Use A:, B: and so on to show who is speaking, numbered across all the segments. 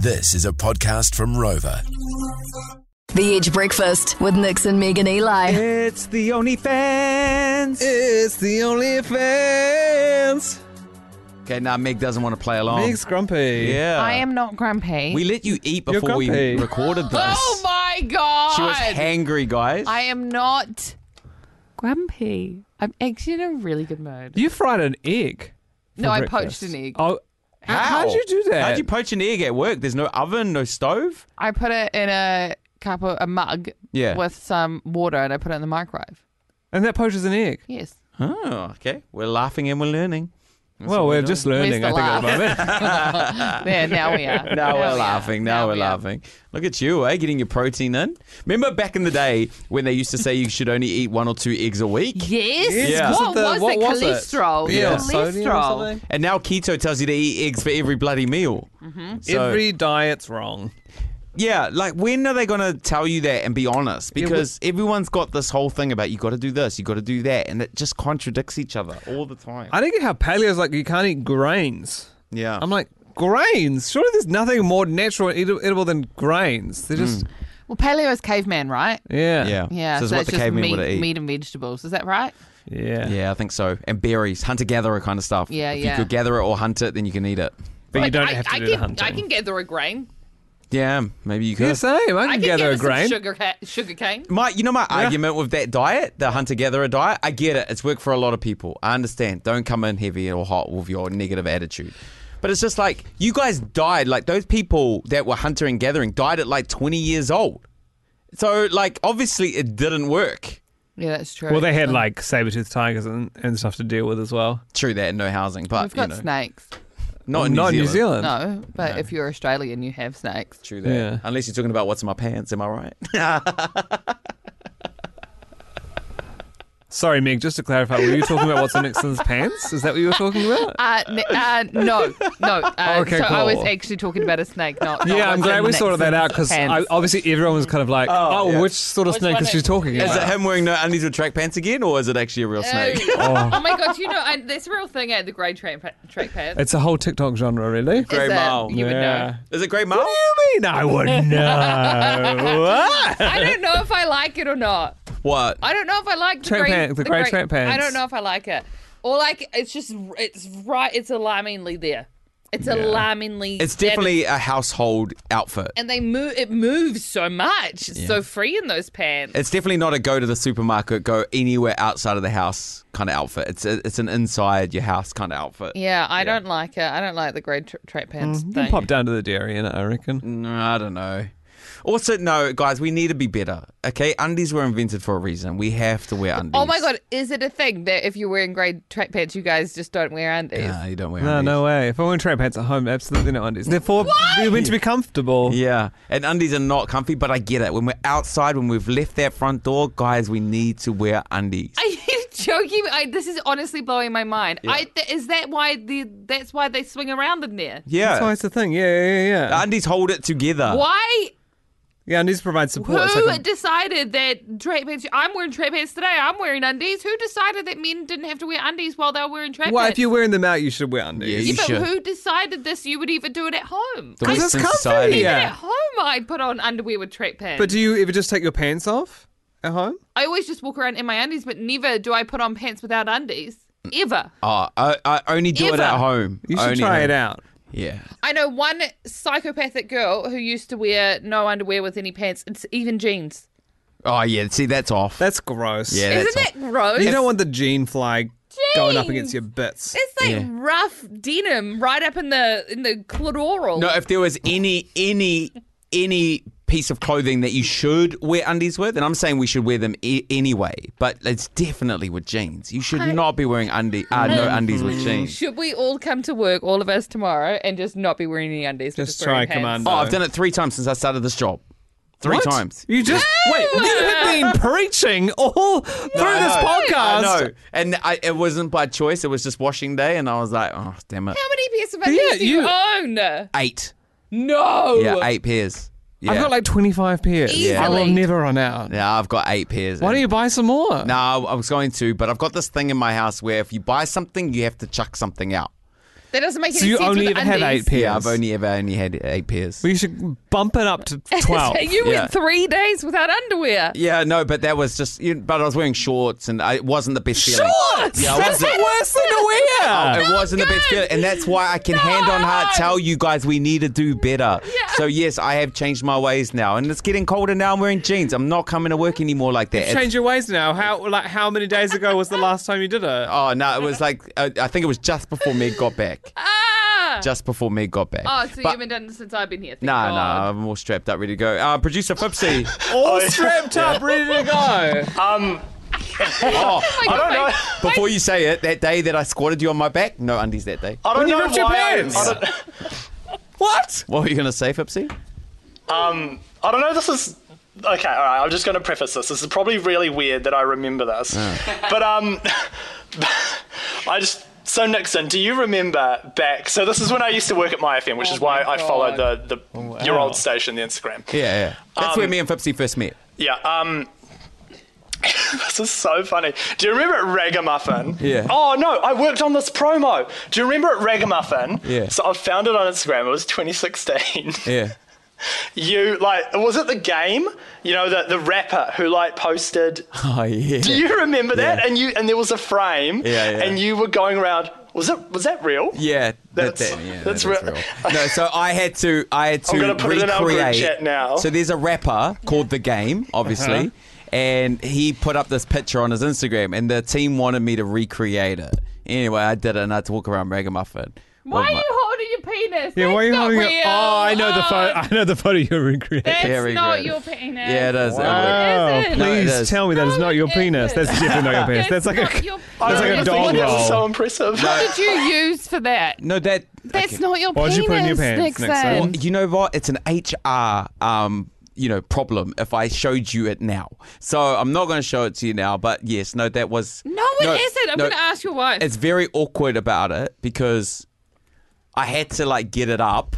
A: This is a podcast from Rover.
B: The Edge Breakfast with Nix and Megan Eli.
C: It's the OnlyFans.
D: It's the only fans.
E: Okay, now Meg doesn't want to play along.
D: Meg's grumpy.
E: yeah.
F: I am not grumpy.
E: Uh, We let you eat
D: You're
E: before we
D: grumpy.
E: recorded this.
F: oh my god!
E: She was hangry, guys.
F: I am not grumpy. I'm actually in a really good mood.
C: You fried an egg. for
F: no, I
C: breakfast.
F: poached an egg.
C: Oh, how? would you do that?
E: How'd you poach an egg at work? There's no oven, no stove.
F: I put it in a cup of a mug
E: Yeah.
F: with some water, and I put it in the microwave.
C: and that poaches an egg.
F: Yes.
E: Oh, okay. We're laughing and we're learning.
C: well, we're just learning, I
F: Where's
C: think,
F: the
C: at the moment.
F: There, now we are.
E: Now we're
F: are.
E: laughing. Now, we're
F: we are.
E: laughing. Look at you, eh? Getting your protein in. Remember back in the day when they used to say you should only eat one or two eggs a week?
F: Yes.
E: Yeah.
D: Wasn't
F: What,
D: the-
F: was
D: what
F: it?
D: was it?
F: cholesterol.
D: Yeah, sodium or
F: Cholesterol.
D: something.
E: And now keto tells you to eat eggs for every bloody meal. Mm-hmm.
D: Every diet's wrong.
E: Yeah, like when are they going to tell you that and be honest? Because everyone's got this whole thing about you got to do this, you got to do that, and it just contradicts each other all the time.
D: I don't get how paleo's like you can't eat grains.
E: yeah,
D: I'm like grains. Surely there's nothing more natural and eat- edible than grains. They're just
F: Well, paleo is caveman, right?
D: yeah
E: Mm. yeah,
F: Yeah.
E: So, it's
F: so
E: what
F: it's
E: the
F: just
E: cavemen
F: meat,
E: would eat.
F: meat and vegetables. Is that right?
D: yeah.
E: Yeah, I think so. And berries, hunter gatherer kind of stuff.
F: Yeah,
E: if
F: yeah.
E: you could gather it or hunt it, then you can eat it.
D: But you
F: Like,
D: don't
F: I,
D: have to
F: I
D: do
F: can,
D: the hunting.
F: I can gather a grain.
E: Yeah, maybe you could.
D: yeah, same. I can
F: I can
D: gather
F: gather
D: a grain.
F: Some sugar, ca- sugar cane.
E: My, you know my argument with that diet, the hunter gatherer diet. I get it; it's worked for a lot of people. I understand. Don't come in heavy or hot with your negative attitude. But it's just like you guys died. Like those people that were hunter and gathering died at like 20 years old. So like obviously it didn't work.
F: Yeah, that's true.
C: Well, they had like saber toothed tigers and, and stuff to deal with as well.
E: True that, no housing, but
F: We've got
E: you know,
F: snakes.
E: not in
D: Not
E: New
D: New
E: Zealand.
D: Zealand.
F: No, but if you're Australian, you have snakes.
E: True that.
D: Yeah.
E: Unless you're talking about what's in my pants, am I right?
C: Sorry, Meg, just to clarify, were you talking about what's in Nixon's pants? Is that what you were talking about?
F: Uh, n- uh, no, no. Uh,
C: Okay,
F: so I was
C: cool.
F: actually talking about a snake, not. not
C: Yeah, I'm
F: what's
C: glad
F: in
C: we sorted that out because
F: Nixon's pants.
C: obviously everyone was kind of like, oh, which sort of
F: Which
C: snake
F: one
C: is she
F: is-
C: talking
E: Is it
C: about?
E: him wearing no undies with track pants again, or is it actually a real snake?
F: Oh. Oh my god, you know I, that's a real thing at the grey track track pad.
C: It's a whole TikTok genre, really.
E: Grey
F: Is it?
E: mole.
F: You would know.
E: Is it Grey Mole?
C: mean I wouldn't know?
F: I don't know if I like it or not.
E: What?
F: I don't know if I like the
C: Track
F: grey,
C: pant- the grey track pants.
F: I don't know if I like it. Or like it's just it's right. It's alarmingly there. It's alarmingly.
E: It's
F: that is-
E: definitely a household outfit.
F: And they move. It moves so much. It's so free in those pants.
E: It's definitely not a go to the supermarket, go anywhere outside of the house kind of outfit. It's a, it's an inside your house kind of outfit.
F: Yeah, I don't like it. I don't like the grey tra- track pants
C: You
F: thing.
C: Mm-hmm. pop down to the dairy in it, I reckon.
E: No, Mm, I don't know. Also, no, guys, we need to be better. Okay, undies were invented for a reason. We have to wear undies.
F: Oh my god, is it a thing that if you're wearing grey track pants, you guys just don't wear undies?
E: No, you don't wear
C: No,
E: undies.
C: no way. If I wear track pants at home, absolutely no undies. They're for they're meant to be comfortable.
E: Yeah, and undies are not comfy, but I get it. When we're outside, when we've left that front door, guys, we need to wear undies.
F: Are you joking? I, this is honestly blowing my mind. I, th- is that why the that's why they swing around in there?
E: yeah,
C: That's always the thing. Yeah, yeah, yeah. yeah.
E: undies hold it together.
F: Why?
C: yeah, undies provide support. It's
F: Who
C: like a-
F: decided that track pants? I'm wearing track pants today. I'm wearing undies. Who decided that men didn't have to wear undies while they were wearing track
C: well, if
F: pants?
C: you're wearing them out, you should wear undies.
E: Yeah,
F: yeah,
E: you
F: but
E: should.
F: who decided this? You would even do it at home.
E: The
F: I-
C: Because it's
E: Western
C: comfy.
E: society.
F: even
C: Yeah.
F: at home, I put on underwear with track pants.
C: But do you ever just take your pants off at home?
F: I always just walk around in my undies, but never do I put on pants without undies. Ever.
E: Oh, I, I only do it
F: Ever.
E: at home.
C: You should
E: Only
C: try
E: home.
C: it out.
E: Yeah.
F: I know one psychopathic girl who used to wear no underwear with any pants, it's even jeans.
E: Oh yeah. See, that's off.
C: That's gross.
E: yeah. that's
F: Isn't
E: off.
F: that gross?
C: You don't want the jean fly going up
F: Jeez.
C: against your bits.
F: it's like
E: Yeah.
F: rough denim right up in the in the clitoral.
E: No, if there was any any any piece of clothing that you should wear undies with, and I'm saying we should wear them e- anyway, but it's definitely with jeans. You should not be wearing undie uh, no undies with jeans.
F: Should we all come to work, all of us tomorrow, and just not be wearing any undies? but
C: Just
F: wearing
C: try
F: pants?
C: commando.
E: Oh, I've done it three times since I started this job. Three
C: What?
E: times.
C: You just wait. You have been preaching all through
E: I
C: this
E: know, I
C: podcast.
E: know, and I, it wasn't by choice. It was just washing day, and I was like, "Oh, damn it!"
F: How many pairs of undies do you,
C: you-
F: own?
E: Eight,
F: No.
E: yeah, eight pairs. Yeah,
C: I've got like 25 pairs.
F: Yeah.
C: I will
F: Easily.
C: never run out.
E: yeah, I've got eight pairs.
C: Why
E: and-
C: don't you buy some more?
E: No, I was going to, but I've got this thing in my house where if you buy something, you have to chuck something out.
F: That doesn't make any
C: So you
F: sense.
C: only
F: with
C: ever have
F: undies.
C: eight pairs.
E: Yeah, I've only ever only had eight pairs.
C: We should bump it up to twelve.
F: So you
E: Yeah.
F: went three days without underwear.
E: yeah, no, but that was just. You, but I was wearing shorts, and I, it wasn't the best feeling.
C: Shorts!
E: Yeah, I
C: That's
E: wasn't-
C: worse than a wear.
E: it wasn't the best
F: good.
E: feeling, and that's why I can hand on heart tell you guys we need to do better. So yes, I have changed my ways now, and it's getting colder now. I'm wearing jeans. I'm not coming to work anymore like that. Oh, It's-
D: Change your ways now. How like how many days ago was the last time you did it?
E: oh no, it was like uh, I think it was just before Meg got back.
F: Ah!
E: Just before Meg got back.
F: oh, so you
E: But- um,
F: haven't done it since I've been here. Thank
E: No, no,
F: God.
E: I'm all strapped up, ready to go. Uh, Producer Fipsy.
D: All strapped up, ready to go.
G: Um,
E: Oh,
F: I
G: don't know.
E: before you say it, that day that I squatted you on my back, no undies that day.
G: I don't
D: When you
G: know
D: ripped
G: why
D: your
G: I-
D: pants.
G: I, don't,
D: What?
E: What were you going to say, Fipsy?
G: um, I don't know. This is okay. All right. I'm just going to preface this. This is probably really weird that I remember this, but um, I just. So Nixon, do you remember back? So this is when I used to work at my FM, which is why I followed the, the
D: Oh,
G: your old station, the Instagram.
E: Yeah, yeah. That's
G: Um,
E: where me and Fipsy first met.
G: Yeah. Um, this is so funny. Do you remember at Ragamuffin?
E: Yeah.
G: Oh no, I worked on this promo. Do you remember at Ragamuffin?
E: Yeah.
G: So I found it on Instagram. It was 2016.
E: Yeah.
G: You like was it the game? You know the the rapper who like posted.
E: Oh, yeah.
G: Do you remember that?
E: Yeah.
G: And you and there was a frame.
E: Yeah, yeah.
G: And you were going around. Was it was that real?
E: Yeah, that,
G: That's-
E: that- yeah,
G: that's
E: that's
G: real.
E: real. No, so I had to, I had to
G: I'm gonna put it in our group
E: recreate.
G: chat now. Uh-huh.
E: So there's a rapper called The Game, obviously, and he put up this picture on his Instagram, and the team wanted me to recreate it. Anyway, I did it, and I had to walk around Ragamuffin.
F: Why
E: with
F: are
E: my-
F: you holding your penis?
C: Yeah, why
F: That's
C: are you
F: not
C: holding
F: real. Oh,
C: it? Oh, I know the photo. I know the photo you're recreating.
F: That's
E: Very
F: not
E: good.
F: your penis.
E: Yeah, it is.
C: Oh,
F: isn't.
E: No, it
C: please
E: is.
C: tell me that is
F: No,
C: not your
F: it
C: penis.
F: isn't.
C: That's definitely not your penis.
F: That's,
C: That's like
F: not
C: a
F: your
G: I
C: That's
G: don't
C: like a
G: remember
C: dog
G: thinking It was so
C: roll.
G: impressive.
F: What did you use for that?
E: No, that.
F: That's
E: okay.
F: not your
C: Why'd
F: penis.
C: you put it in your pants, Nixon?
E: Well, you know what? It's an HR, um, you know, problem. If I showed you it now, so I'm not going to show it to you now. But yes, no, that was
F: No, it not I'm
E: no,
F: going to ask your wife.
E: It's very awkward about it because I had to like get it up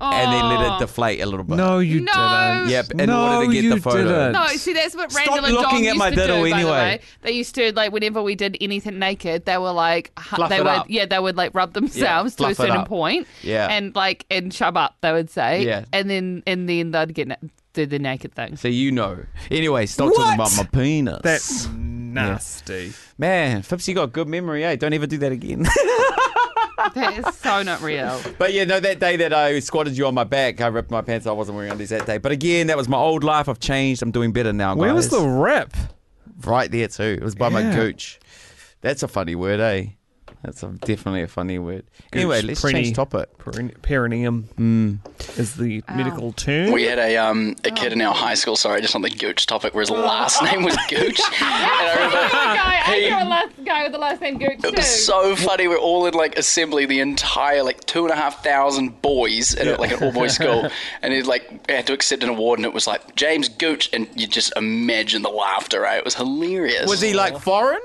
E: and then let
F: Aw.
E: it deflate a little bit.
C: No, you
F: No.
C: didn't.
E: Yep, in
C: No,
E: order to get
C: you
E: the photo.
C: didn't.
F: No, see, that's what
E: Stop
F: Randall and
E: looking
F: Dom
E: at
F: used
E: my
F: to
E: diddle
F: do. By the
E: anyway.
F: way, they used to like whenever we did anything naked, they were like hu-
E: Fluff
F: they
E: it
F: would
E: up.
F: yeah they would like rub themselves to a
E: fluff it
F: certain
E: up.
F: point
E: Yeah.
F: and like and shove up they would say
E: Yeah.
F: and then and then they'd get na- do the naked thing.
E: So you know. Anyway, stop talking about my penis.
C: That's nasty.
E: Man, Fipsy got good memory, eh? Don't ever do that again.
F: that is so not real.
E: But yeah, no, that day that I squatted you on my back, I ripped my pants. I wasn't wearing undies that day. But again, that was my old life. I've changed. I'm doing better now.
C: Where was
E: guys.
C: the rip?
E: right there too? It was by my
C: Yeah.
E: gooch. That's a funny word, eh? That's a, definitely a funny word. anyway, let's
C: prinny.
E: change topic.
C: Perin- Perineum
E: Hmm.
C: is the
F: Ah.
C: medical term.
H: We had a um a kid in our high school, sorry, just on the Gooch topic, where his last name was Gooch. and I remember
F: guy, I
H: Hey.
F: know a last guy with the last name Gooch
H: it
F: too.
H: was so funny. We're all in like assembly, the entire like two and a half thousand boys in a- like an all boys school, and it like had to accept an award, and it was like James Gooch, and you just imagine the laughter, right? It was hilarious.
E: Was he like foreign?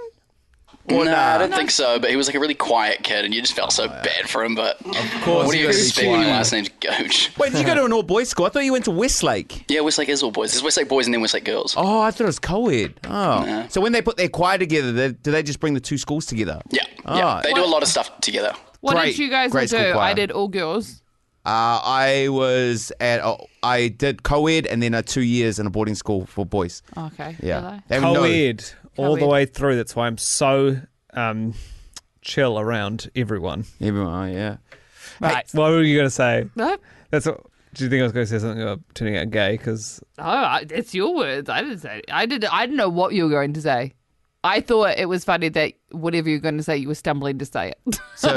H: Nah, I don't
E: nah? Oh,
H: think so. But he was like a really quiet kid, and you just felt so bad for him. But of
E: course
H: what do
E: he
H: you
E: was
H: expect when your
E: quiet.
H: last name's Gooch?
E: Wait, did you go to an all boys school? I thought you went to Westlake.
H: Yeah, Westlake is all boys. There's Westlake boys and then Westlake girls.
E: Oh, I thought it was co-ed. Oh, so when they put their choir together, they, do they just bring the two schools together?
H: Yeah,
E: Oh.
H: yeah, they do a lot of stuff together.
F: what did
E: great-
F: you guys all
E: great
F: do?
E: school choir.
F: I did all girls.
E: Uh, I was at oh, I did co-ed and then uh, two years in a boarding school for boys.
F: Oh, Okay.
E: Yeah,
F: really?
E: They know-
C: Co-ed all the
F: Co-ed.
C: way through. That's why I'm so um, chill around everyone.
E: Everyone, yeah.
C: Right. what were you going to say?
F: No,
C: That's what. Do you think I was going to say something about turning out gay? Because
F: no, Oh, I- it's your words. I didn't say. I did. I didn't know what you were going to say. I thought it was funny that whatever you're going to say, you were stumbling to say it.
E: So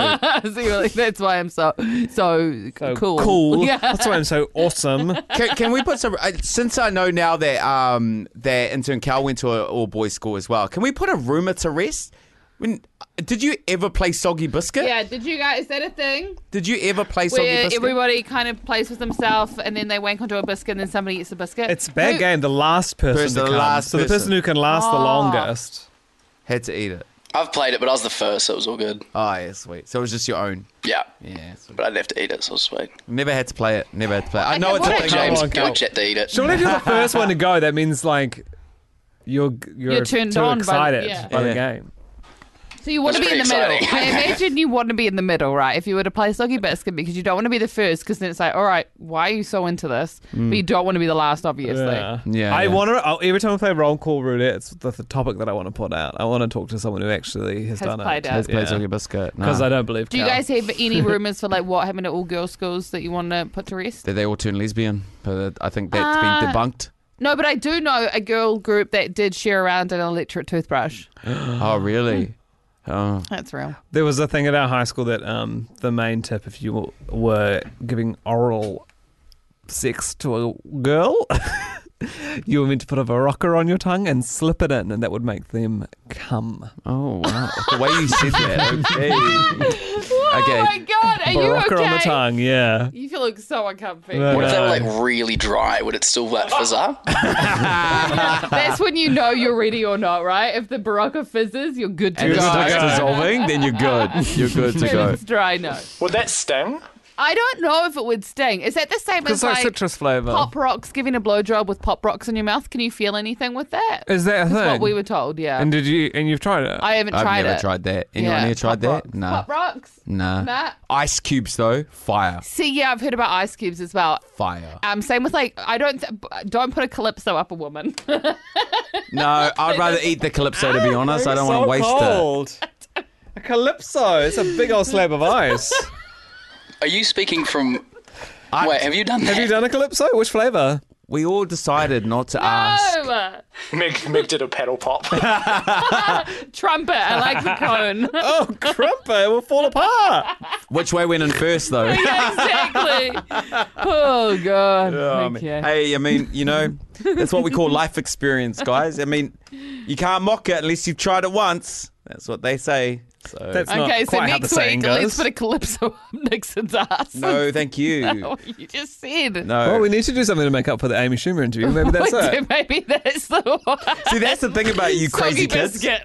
F: so you're like, that's why I'm so so, cool.
C: oh, Cool.
F: Yeah.
C: That's why I'm so awesome.
E: can, can we put some? Uh, since I know now that um that intern Cal went to an all boys school as well, can we put a rumor to rest? When, did you ever play soggy biscuit?
F: Yeah. Did you guys? Is that a thing
E: Did you ever play soggy
F: where
E: biscuit?
F: everybody kind of plays with themselves and then they wank onto a biscuit and then somebody eats the biscuit?
C: It's a bad game. The last person,
E: Person,
C: to
E: the
C: come.
E: last
C: so the person
E: person.
C: who can last the
F: Oh.
C: longest.
E: Had to eat it.
H: I've played it, but I was the first, so it was all good.
E: Oh yeah, sweet. So it was just your own.
H: Yeah,
E: Yeah. sweet.
H: but I didn't have to eat it, so it was sweet.
E: Never had to play it. Never had to play it. I
F: Okay,
E: know oh, it's
F: what
E: a
F: if
E: thing.
H: James
C: on, go.
H: Gooch had to eat it.
C: Surely if you're the first one to go, that means like you're you're,
F: You're turned
C: too
F: on by the-
C: excited by the,
F: yeah.
E: Yeah.
C: game.
F: So you want to
H: That's
F: be in the
H: pretty
F: middle. I
H: exciting.
F: imagine you want to be in the middle, right? If you were to play Soggy Biscuit, because you don't want to be the first, because then it's like, all right, why are you so into this? But you don't want to be the last, obviously.
E: Yeah,
C: I
E: yeah.
C: want to. Every time I play roll call roulette, it's the, the topic that I want to put out. I want to talk to someone who actually has,
F: Has
C: done
F: played
C: it.
F: it. Has
E: Plays like a biscuit. Nah.
C: Because I don't believe.
F: Do you
C: Cal.
F: guys have any rumors for like what happened at all girls schools that you want to put to rest?
E: Did they all turn lesbian? But uh, I think that's
F: Uh,
E: been debunked.
F: No, but I do know a girl group that did share around an electric toothbrush.
E: Oh, really? Oh,
F: That's real.
C: There was a thing at our high school that um, the main tip, if you were giving oral sex to a girl, you were meant to put a rocker on your tongue and slip it in, and that would make them come.
E: oh, wow. the way you said that. Okay.
F: Oh
E: Okay.
F: my god, are you
C: rocker
F: okay?
C: on the tongue, yeah.
F: You feel like so uncomfy.
H: What if they were
C: No.
H: like really dry? Would it still like fizz up?
F: That's when you know you're ready or not, right? If the Barocca fizzes, you're good to
E: And
F: go.
E: the
C: to
E: stuff's
C: go.
E: dissolving, then you're good. You're good to
F: If
E: go.
F: it's dry, no.
G: Would that sting?
F: I don't know if it would sting. Is that the same as
C: It's like
F: like
C: citrus flavour.
F: pop rocks giving a blowjob with pop rocks in your mouth? Can you feel anything with that?
C: Is that a thing?
F: That's what we were told, yeah.
C: and did you? And you've tried it?
F: I haven't
E: I've
F: tried
E: never
F: it.
E: tried that. Anyone
F: Yeah,
E: here tried
F: Pop
E: that?
F: Rocks.
E: Nah.
F: Pop rocks?
E: Nah.
F: Nah.
E: Ice cubes though, fire,
F: See, yeah, I've heard about ice cubes as well.
E: fire.
F: Um, same with like, I don't th- don't put a calypso up a woman.
E: No, I'd rather eat the calypso to be honest. I don't want to waste
C: it. A calypso. It's a big old slab of ice.
H: Are you speaking from? Wait, have you done that?
C: Have you done a calypso? Which flavour?
E: it. We all decided not to ask.
F: Oh,
G: Meg, Meg did a paddle pop.
F: trumpet, I like the cone.
C: Oh, crumper! It will fall apart.
E: Which way went in first though?
F: Yeah, exactly. oh god. okay.
E: Um, Hey, I mean, you know, that's what we call life experience, guys. I mean, you can't mock it unless you've tried it once. That's what they say. So
C: That's not
F: okay, so
C: quite how
F: next
C: the saying
F: week,
C: goes.
F: let's put a calypso up Nixon's ass.
E: no, thank you.
F: What you just said.
E: No.
C: Well, we need to do something to make up for the Amy Schumer interview. Maybe that's it.
F: Maybe that's the one.
E: See, that's the thing about you crazy
F: Soggy
E: kids.
F: biscuit.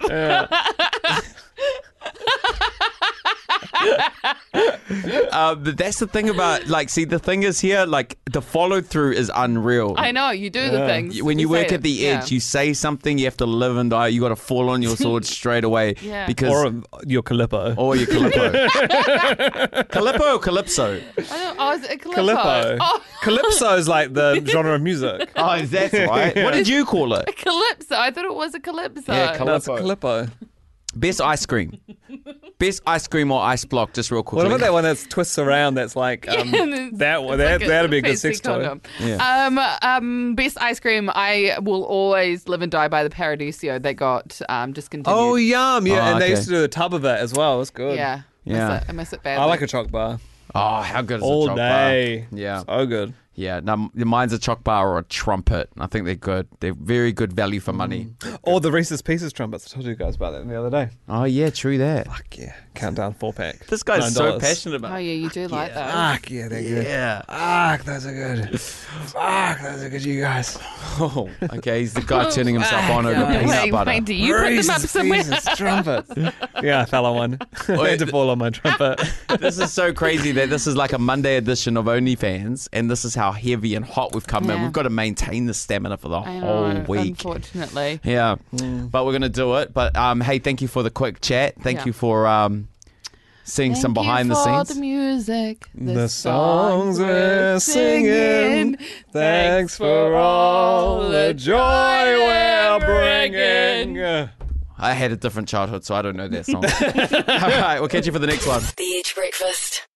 E: Uh, but that's the thing about like, see, the thing is here, like the follow through is unreal.
F: I know you do the things
E: when you
F: say
E: work
F: it,
E: at the edge,
F: yeah.
E: you say something, you have to live and die. You got to fall on your sword straight away
F: Yeah.
E: because
C: Or
E: or,
C: um, your Calippo.
E: your Calippo, Calippo or Calypso.
F: I don't, oh, is it a calypso?
C: Calippo.
F: Oh,
C: Calypso is like the genre of music.
E: Oh, that's right. What did you call it?
F: calypso. I thought it was a calypso.
E: Yeah,
C: No, it's a Calippo.
E: Best ice cream, best ice cream or ice block, just real quick.
C: What about that one that's twists around? That's like um,
F: And it's-
C: that. that
F: it's like a
C: that'd be a good
F: fancy
C: sex toy.
F: condom. Um, um, best ice cream. I will always live and die by the Paradiso that got um, discontinued.
C: Oh yum! Yeah,
E: Oh,
C: and they
E: okay.
C: used to do the tub of it as well. It's good.
F: yeah,
E: Yeah.
F: Miss it. I miss it badly.
C: I like a choc bar
E: Oh, how good is
C: all
E: a choc
C: day.
E: Bar? Yeah,
C: so good.
E: yeah. Now m- mine's a choc bar or a trumpet. I think they're good. They're very good value for money.
C: Or the Reese's Pieces trumpets. I told you guys about that the other day.
E: Oh yeah, true that.
C: Fuck yeah! Countdown four pack.
E: This guy's so
C: $9.
E: passionate about.
F: Oh yeah, you do like
E: Ah,
F: that.
C: Fuck yeah, they're good.
E: Yeah.
C: Fuck, those are good. Fuck, those are good, you guys.
E: Oh, okay. He's the guy turning himself on over peanut
F: Wait,
E: butter.
F: wait, do you put them up
C: Jesus,
F: somewhere?
C: Jesus, trumpet. yeah, I fell on one. I had to fall on my trumpet.
E: This is so crazy that this is like a Monday edition of OnlyFans, and this is how heavy and hot we've come in.
F: Yeah.
E: We've got to maintain the stamina for the
F: I
E: whole
F: know,
E: week.
F: Unfortunately.
E: Yeah, but we're gonna do it. But um, hey, thank you for the quick chat. Thank
F: Yeah.
E: you for um, seeing some
F: Thank you
E: behind the
F: for
E: scenes.
F: The music, the,
C: The songs we're singing. Thanks for all the joy we're bringing.
E: I had a different childhood, so I don't know that song. All right, we'll catch you for the next one.
B: The Edge Breakfast.